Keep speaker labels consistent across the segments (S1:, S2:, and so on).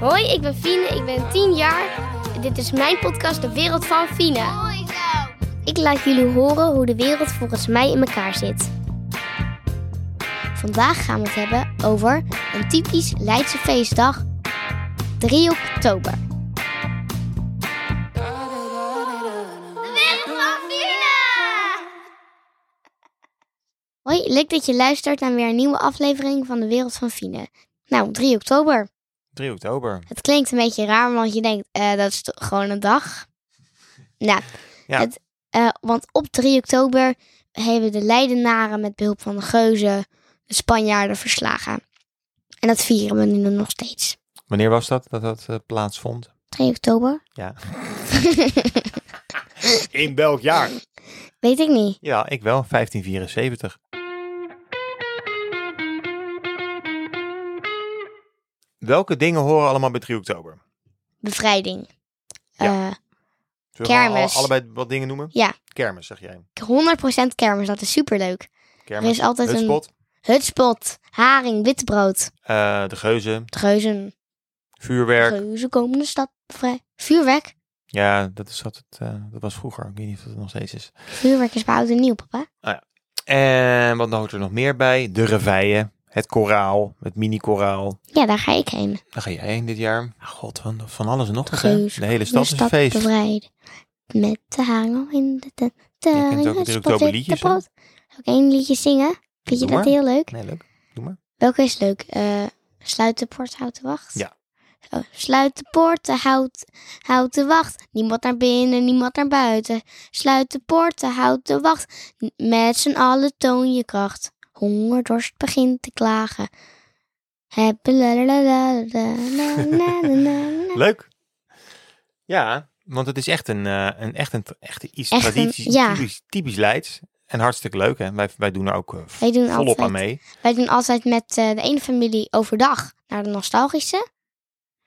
S1: Hoi, ik ben Fine, ik ben 10 jaar. Dit is mijn podcast De Wereld van Fine. Ik laat jullie horen hoe de wereld volgens mij in elkaar zit. Vandaag gaan we het hebben over een typisch Leidse feestdag, 3 oktober. Hoi, leuk dat je luistert naar weer een nieuwe aflevering van De Wereld van Fine. Nou, 3 oktober.
S2: 3 oktober.
S1: Het klinkt een beetje raar, want je denkt, eh, dat is toch gewoon een dag. Nou,
S2: Ja.
S1: het, eh, want op 3 oktober hebben de Leidenaren met behulp van de geuzen de Spanjaarden verslagen. En dat vieren we nu nog steeds.
S2: Wanneer was dat dat dat eh, plaatsvond?
S1: 3 oktober?
S2: Ja.
S3: In welk jaar?
S1: Weet ik niet.
S2: ja, ik wel. 1574. Welke dingen horen allemaal bij 3 oktober?
S1: Bevrijding.
S2: Ja.
S1: Eh,
S2: Zullen we al-
S1: Kermis.
S2: allebei wat dingen noemen?
S1: Ja.
S2: Kermis, zeg jij.
S1: 100% kermis, dat is superleuk.
S2: Kermis.
S1: Er is altijd een-
S2: Hutspot,
S1: Hutspot, haring, witbrood,
S2: eh, de geuzen,
S1: de geuzen,
S2: vuurwerk.
S1: geuzen komen de stad vrij. Vuurwerk?
S2: Ja, dat, is wat het, eh, dat was vroeger. Ik weet niet of dat nog steeds is.
S1: Vuurwerk is bij oud en nieuw, papa.
S2: En wat hoort er nog meer bij? De reveille, het koraal, het mini-koraal.
S1: Ja, daar ga ik heen.
S2: Daar ga jij heen dit jaar. Ah, God, van, van alles en nog wat. hè?
S1: Geuze.
S2: De hele stad
S1: de
S2: is een feest.
S1: bevrijden. Met de haren al in de tent. De
S2: kent ook
S1: haren
S2: natuurlijk
S1: spot
S2: ook wel
S1: witte
S2: liedjes, hè?
S1: brood. Zal ik één liedje zingen? Vind je
S2: Doe
S1: dat heel leuk?
S2: Nee, leuk.
S1: Welke is leuk? Eh, sluit de poort, houd de wacht.
S2: Ja.
S1: Oh, sluit de poorten, houd, houd de wacht. Niemand naar binnen, niemand naar buiten. Sluit de poorten, houd de wacht. N- Met z'n allen toon je kracht. Honger, dorst begint te klagen. Happy la la la la la la la la la la.
S2: Leuk. Ja, want het is echt een, eh, een, echt een echt iets
S1: Echt een-
S2: traditie,
S1: ja.
S2: typisch, typisch Leids. En hartstikke leuk, hè? Wij, wij doen er ook eh,
S1: Wij doen
S2: volop
S1: altijd
S2: aan mee.
S1: Wij doen altijd met eh, de ene familie overdag naar de nostalgische.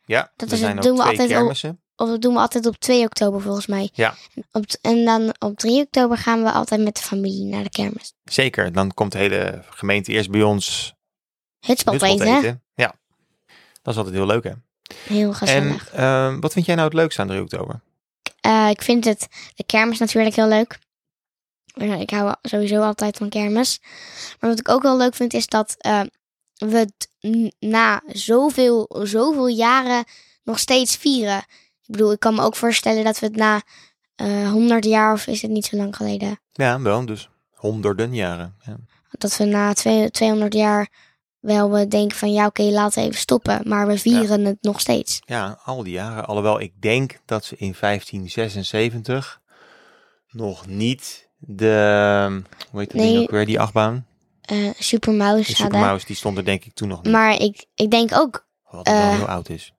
S2: Ja,
S1: Dat
S2: er
S1: is-
S2: zijn ook
S1: doen we
S2: twee
S1: altijd al-
S2: kermissen.
S1: Of dat doen we altijd op 2 oktober volgens mij.
S2: Ja.
S1: En, op, en dan op 3 oktober gaan we altijd met de familie naar de kermis.
S2: Zeker, dan komt de hele gemeente eerst bij ons
S1: Het spot
S2: hutspot
S1: eten, hè?
S2: eten. Ja, dat is altijd heel leuk, hè?
S1: Heel
S2: En
S1: gezellig.
S2: eh, wat vind jij nou het leukste aan 3 oktober?
S1: Eh, ik vind het, de kermis natuurlijk heel leuk. Ja, Ik hou sowieso altijd van kermis. Maar wat ik ook wel leuk vind is dat eh, we het n- na zoveel, zoveel jaren nog steeds vieren. Ik bedoel, ik kan me ook voorstellen dat we het na eh 100 jaar of is het niet zo lang geleden.
S2: Ja, wel, dus honderden jaren. Ja.
S1: dat we na twee- 200 jaar wel eh, denken van ja, oké, laten we even stoppen. Maar we vieren het nog steeds.
S2: Ja, al die jaren. Alhoewel ik denk dat ze in 1576 nog niet de, hoe heet dat
S1: Nee.
S2: ding ook weer, die achtbaan?
S1: Eh Super Mouse
S2: De
S1: hadden.
S2: Supermouse, die stond er denk ik toen nog niet.
S1: Maar ik, ik denk ook,
S2: wat wel
S1: eh,
S2: heel oud is.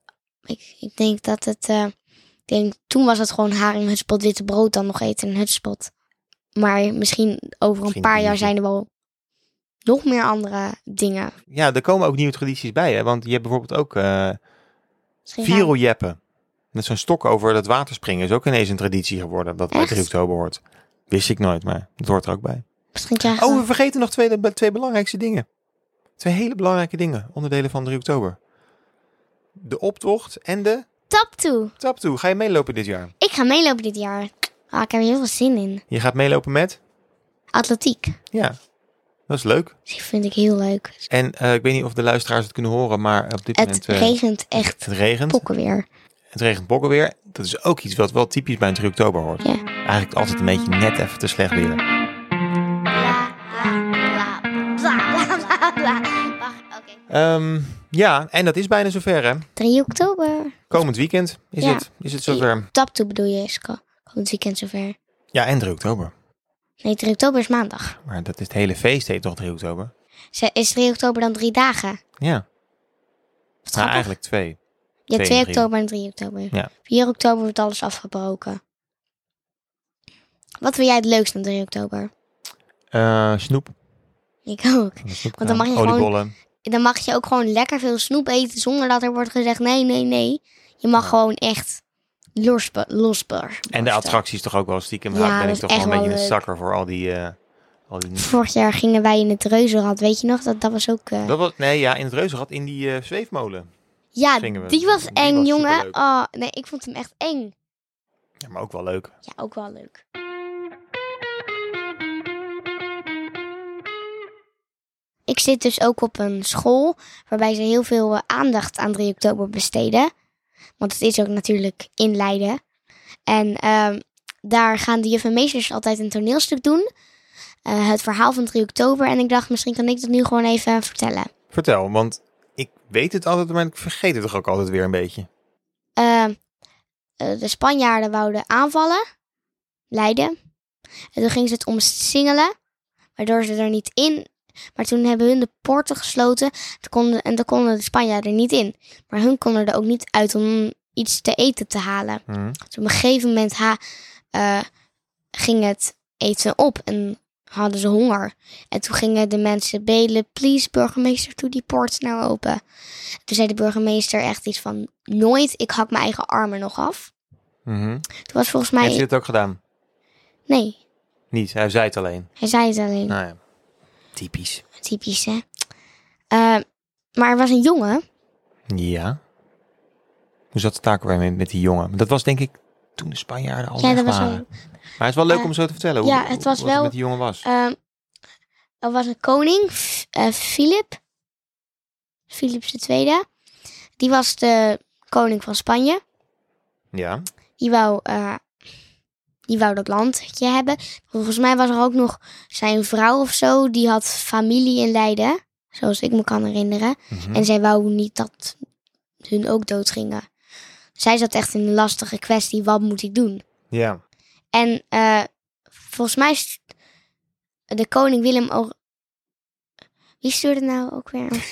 S1: ik, ik denk dat het, eh, ik denk, toen was het gewoon haring, hutspot, witte brood dan nog eten en hutspot. Maar misschien over een
S2: Misschien
S1: paar
S2: die-
S1: jaar zijn er wel nog meer andere dingen.
S2: Ja, er komen ook nieuwe tradities bij, hè. Want je hebt bijvoorbeeld ook eh
S1: Misschien gaan-
S2: vireljeppen. Met zo'n stok over dat water springen is ook ineens een traditie geworden. Dat bij
S1: Echt?
S2: 3 oktober hoort. Wist ik nooit, maar het hoort er ook bij.
S1: misschien krijgen
S2: Oh,
S1: we-
S2: we vergeten nog twee, twee belangrijkste dingen. Twee hele belangrijke dingen, onderdelen van 3 oktober. De optocht en de
S1: tap toe.
S2: Tap toe, ga je meelopen dit jaar?
S1: Ik ga meelopen dit jaar. Ah, ik heb er heel veel zin in.
S2: Je gaat meelopen met?
S1: Atletiek. Dus
S2: Ja. Dat is leuk.
S1: Die vind ik heel leuk.
S2: En eh, ik weet niet of de luisteraars het kunnen horen, maar op dit
S1: Het
S2: moment... eh,
S1: regent echt
S2: Het regent.
S1: pokken weer.
S2: Het regent bokken weer. Dat is ook iets wat wel typisch bij een 3 oktober hoort.
S1: Ja.
S2: Eigenlijk altijd een beetje net even te slecht weer.
S1: Bla, bla, bla, bla, bla, bla, bla. Wacht, oké.
S2: Ehm, ja, en dat is bijna zover hè.
S1: 3 oktober.
S2: Komend weekend is,
S1: Ja.
S2: het, is het zover.
S1: Tap toe bedoel je, is ko- komend weekend zover.
S2: Ja, en 3 oktober.
S1: Nee, 3 oktober is maandag.
S2: Maar dat is het hele feest heet toch 3 oktober?
S1: Ze- Is 3 oktober dan drie dagen?
S2: Ja,
S1: Wat
S2: nou,
S1: grappig.
S2: eigenlijk twee.
S1: Je hebt 2
S2: twee en drie.
S1: oktober en 3 oktober.
S2: Ja.
S1: 4 oktober wordt alles afgebroken. Wat vind jij het leukst aan 3 oktober?
S2: Eh, snoep.
S1: Ik ook.
S2: Want
S1: dan mag je gewoon- Oh,
S2: Oliebollen.
S1: Dan mag je ook gewoon lekker veel snoep eten zonder dat er wordt gezegd nee, nee, nee. Je mag
S2: Ja.
S1: gewoon echt losbar. losbar
S2: En de attracties toch ook wel stiekem. Ja,
S1: Ja,
S2: ben
S1: dat
S2: ik
S1: is
S2: toch wel
S1: echt
S2: een beetje
S1: wel
S2: een
S1: leuk.
S2: zakker voor al die... eh, al die...
S1: Vorig jaar gingen wij in het reuzenrad, weet je nog? Dat, dat was ook... eh,
S2: Dat was, nee, ja, in het reuzenrad in die eh, zweefmolen.
S1: Ja,
S2: Gingen we.
S1: die was
S2: Die
S1: eng,
S2: was
S1: jongen.
S2: superleuk.
S1: Oh, nee, ik vond hem echt eng.
S2: Ja, maar ook wel leuk.
S1: Ja, ook wel leuk. Ik zit dus ook op een school waarbij ze heel veel eh, aandacht aan 3 oktober besteden. Want het is ook natuurlijk in Leiden. En ehm, daar gaan de juf en meesters altijd een toneelstuk doen. Eh, het verhaal van 3 oktober. En ik dacht, misschien kan ik dat nu gewoon even vertellen.
S2: Vertel, want ik weet het altijd, maar ik vergeet het toch ook altijd weer een beetje.
S1: Eh, eh, de Spanjaarden wouden aanvallen, Leiden. En toen gingen ze het omsingelen, waardoor ze er niet in. Maar toen hebben hun de poorten gesloten toen konden, en dan konden de Spanjaarden er niet in. Maar hun konden er ook niet uit om iets te eten te halen.
S2: Hm.
S1: Dus op een gegeven moment ha, eh, ging het eten op en hadden ze honger. En toen gingen de mensen belen, please burgemeester, doe die poort nou open. Toen zei de burgemeester echt iets van, nooit, ik hak mijn eigen armen nog af.
S2: Mhm.
S1: Toen was volgens
S2: Heeft hij
S1: mij,
S2: het ook gedaan?
S1: nee,
S2: Niet, hij zei het alleen.
S1: hij zei het alleen.
S2: Nou ja, typisch.
S1: Typisch, hè. Eh, maar er was een jongen,
S2: Ja. Hoe zat het taak weer mee met die jongen? Dat was denk ik toen de Spanjaarden al
S1: Ja,
S2: weg
S1: dat was
S2: waren.
S1: al-
S2: Maar het is wel leuk
S1: Eh,
S2: om zo te vertellen
S1: ja,
S2: hoe,
S1: het was
S2: wat
S1: wel-
S2: met die jongen was.
S1: ehm, er was een koning, F- eh, Filip, Philips II. Die was de koning van Spanje.
S2: ja.
S1: Die wou, eh, die wou dat landje hebben. Volgens mij was er ook nog zijn vrouw of zo. Die had familie in Leiden. Zoals ik me kan herinneren.
S2: Mhm.
S1: En zij wou niet dat hun ook doodgingen. Zij zat echt in een lastige kwestie. Wat moet ik doen?
S2: ja.
S1: En eh, volgens mij... st- De koning Willem ook... Wie stuurde nou ook weer?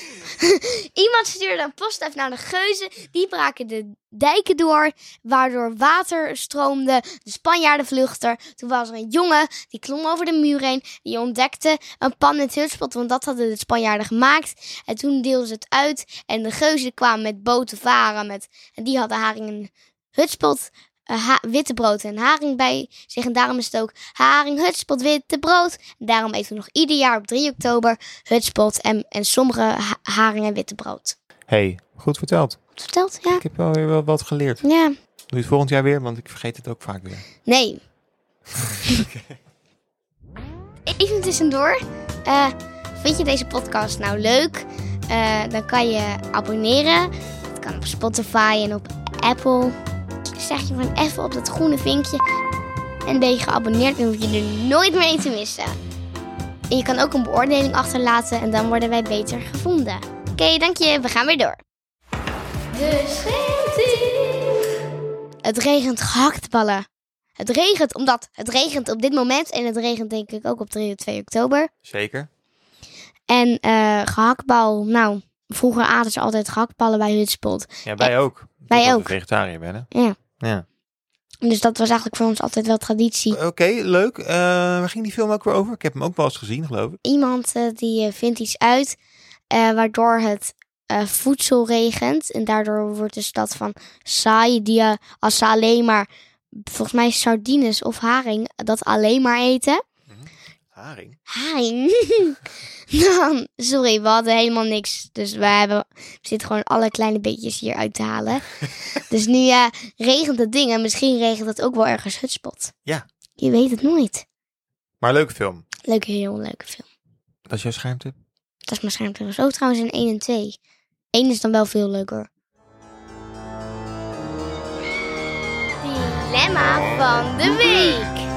S1: Iemand stuurde een postduif naar de geuzen. Die braken de dijken door, waardoor water stroomde. De Spanjaarden vluchtten. Toen was er een jongen, die klom over de muur heen. Die ontdekte een pan met hutspot, want dat hadden de Spanjaarden gemaakt. En toen deelden ze het uit. En de geuzen kwamen met boten varen. Met, en die hadden haring en hutspot, eh, ha- witte brood en haring bij zich. En daarom is het ook haring, hutspot, witte brood. En daarom eten we nog ieder jaar op 3 oktober hutspot en, en sommige ha- haring en witte brood.
S2: hey, goed verteld.
S1: Wat verteld? Ja.
S2: Ik heb wel weer wel wat geleerd. Doe
S1: Ja.
S2: je het volgend jaar weer, want ik vergeet het ook vaak weer.
S1: Nee. Even tussendoor. Eh, vind je deze podcast nou leuk? Eh, dan kan je abonneren. Dat kan op Spotify en op Apple. Zeg je van even op dat groene vinkje. En ben je geabonneerd, dan hoef je er nooit meer één te missen. En je kan ook een beoordeling achterlaten en dan worden wij beter gevonden. Oké, dank je. We gaan weer door. De Het regent gehaktballen. Het regent omdat het regent op dit moment. En het regent denk ik ook op 3 en 2 oktober.
S2: Zeker.
S1: En eh gehaktbal, nou, vroeger aten ze altijd gehaktballen bij Hutspot.
S2: Ja, wij ook.
S1: wij
S2: Totdat
S1: ook.
S2: we vegetariër werden.
S1: Ja.
S2: Ja.
S1: Dus dat was eigenlijk voor ons altijd wel traditie.
S2: Oké, leuk. Eh, waar ging die film ook weer over? Ik heb hem ook wel eens gezien, geloof ik.
S1: Iemand eh, die eh, vindt iets uit eh, waardoor het eh, voedsel regent. En daardoor wordt de stad van saai die eh, als ze alleen maar, volgens mij sardines of haring, dat alleen maar eten.
S2: Haring.
S1: Haring. Dan, Nou, sorry, we hadden helemaal niks. Dus we, hebben, we zitten gewoon alle kleine beetjes hier uit te halen. dus nu eh, regent het ding en misschien regent het ook wel ergens hutspot.
S2: Ja.
S1: Je weet het nooit.
S2: Maar leuke film.
S1: Leuk, heel leuke film.
S2: Dat is jouw schermtip?
S1: Dat is mijn schermtellers ook trouwens in 1 en 2. 1 is dan wel veel leuker. Dilemma van de week.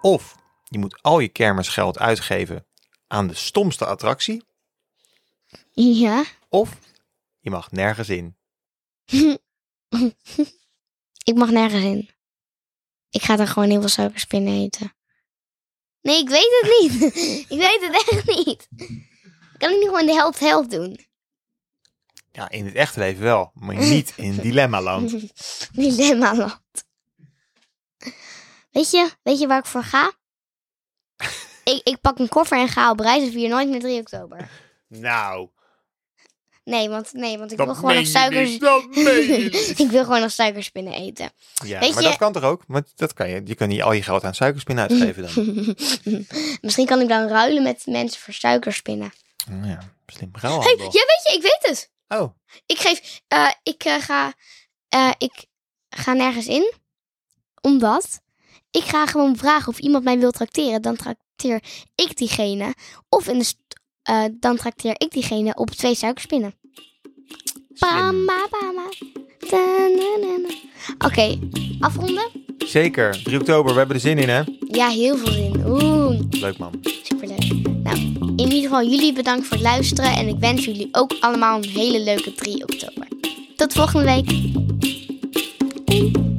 S2: Of je moet al je kermisgeld uitgeven aan de stomste attractie.
S1: Ja.
S2: Of je mag nergens in.
S1: Ik mag nergens in. Ik ga daar gewoon heel veel suikerspinnen eten. Nee, ik weet het niet. ik weet het echt niet. Kan ik niet gewoon de helft-helft doen?
S2: Ja, in het echte leven wel, maar niet in Dilemmaland.
S1: Dilemma land. Weet je, weet je waar ik voor ga? ik, ik pak een koffer en ga op reis en vier nooit meer 3 oktober.
S2: Nou,
S1: Nee, want, nee, want ik wil
S2: dat
S1: gewoon
S2: meen
S1: nog
S2: je
S1: suikers...
S2: niet, dat meen je niet.
S1: ik wil gewoon nog suikerspinnen eten.
S2: Ja,
S1: Weet
S2: maar
S1: je-
S2: dat kan toch ook? Want dat kan je. Je kan niet al je geld aan suikerspin uitgeven dan.
S1: Misschien kan ik dan ruilen met mensen voor suikerspinnen.
S2: Nou Ja, slim
S1: Hey,
S2: ruilhandel.
S1: ja, weet je, ik weet het.
S2: Oh,
S1: Ik geef, eh, ik, eh, ga, eh, ik ga nergens in. Omdat ik ga gewoon vragen of iemand mij wil trakteren. Dan trakteer ik diegene. Of in de st- eh, dan trakteer ik diegene op twee suikerspinnen.
S2: slim.
S1: Bama, bama. Da, na, na, na. Oké, afronden?
S2: Zeker. 3 oktober, we hebben er zin in, hè?
S1: Ja, heel veel zin. Oeh,
S2: Leuk, man.
S1: superleuk. Nou, in ieder geval jullie bedankt voor het luisteren. En ik wens jullie ook allemaal een hele leuke 3 oktober. Tot volgende week. Doei.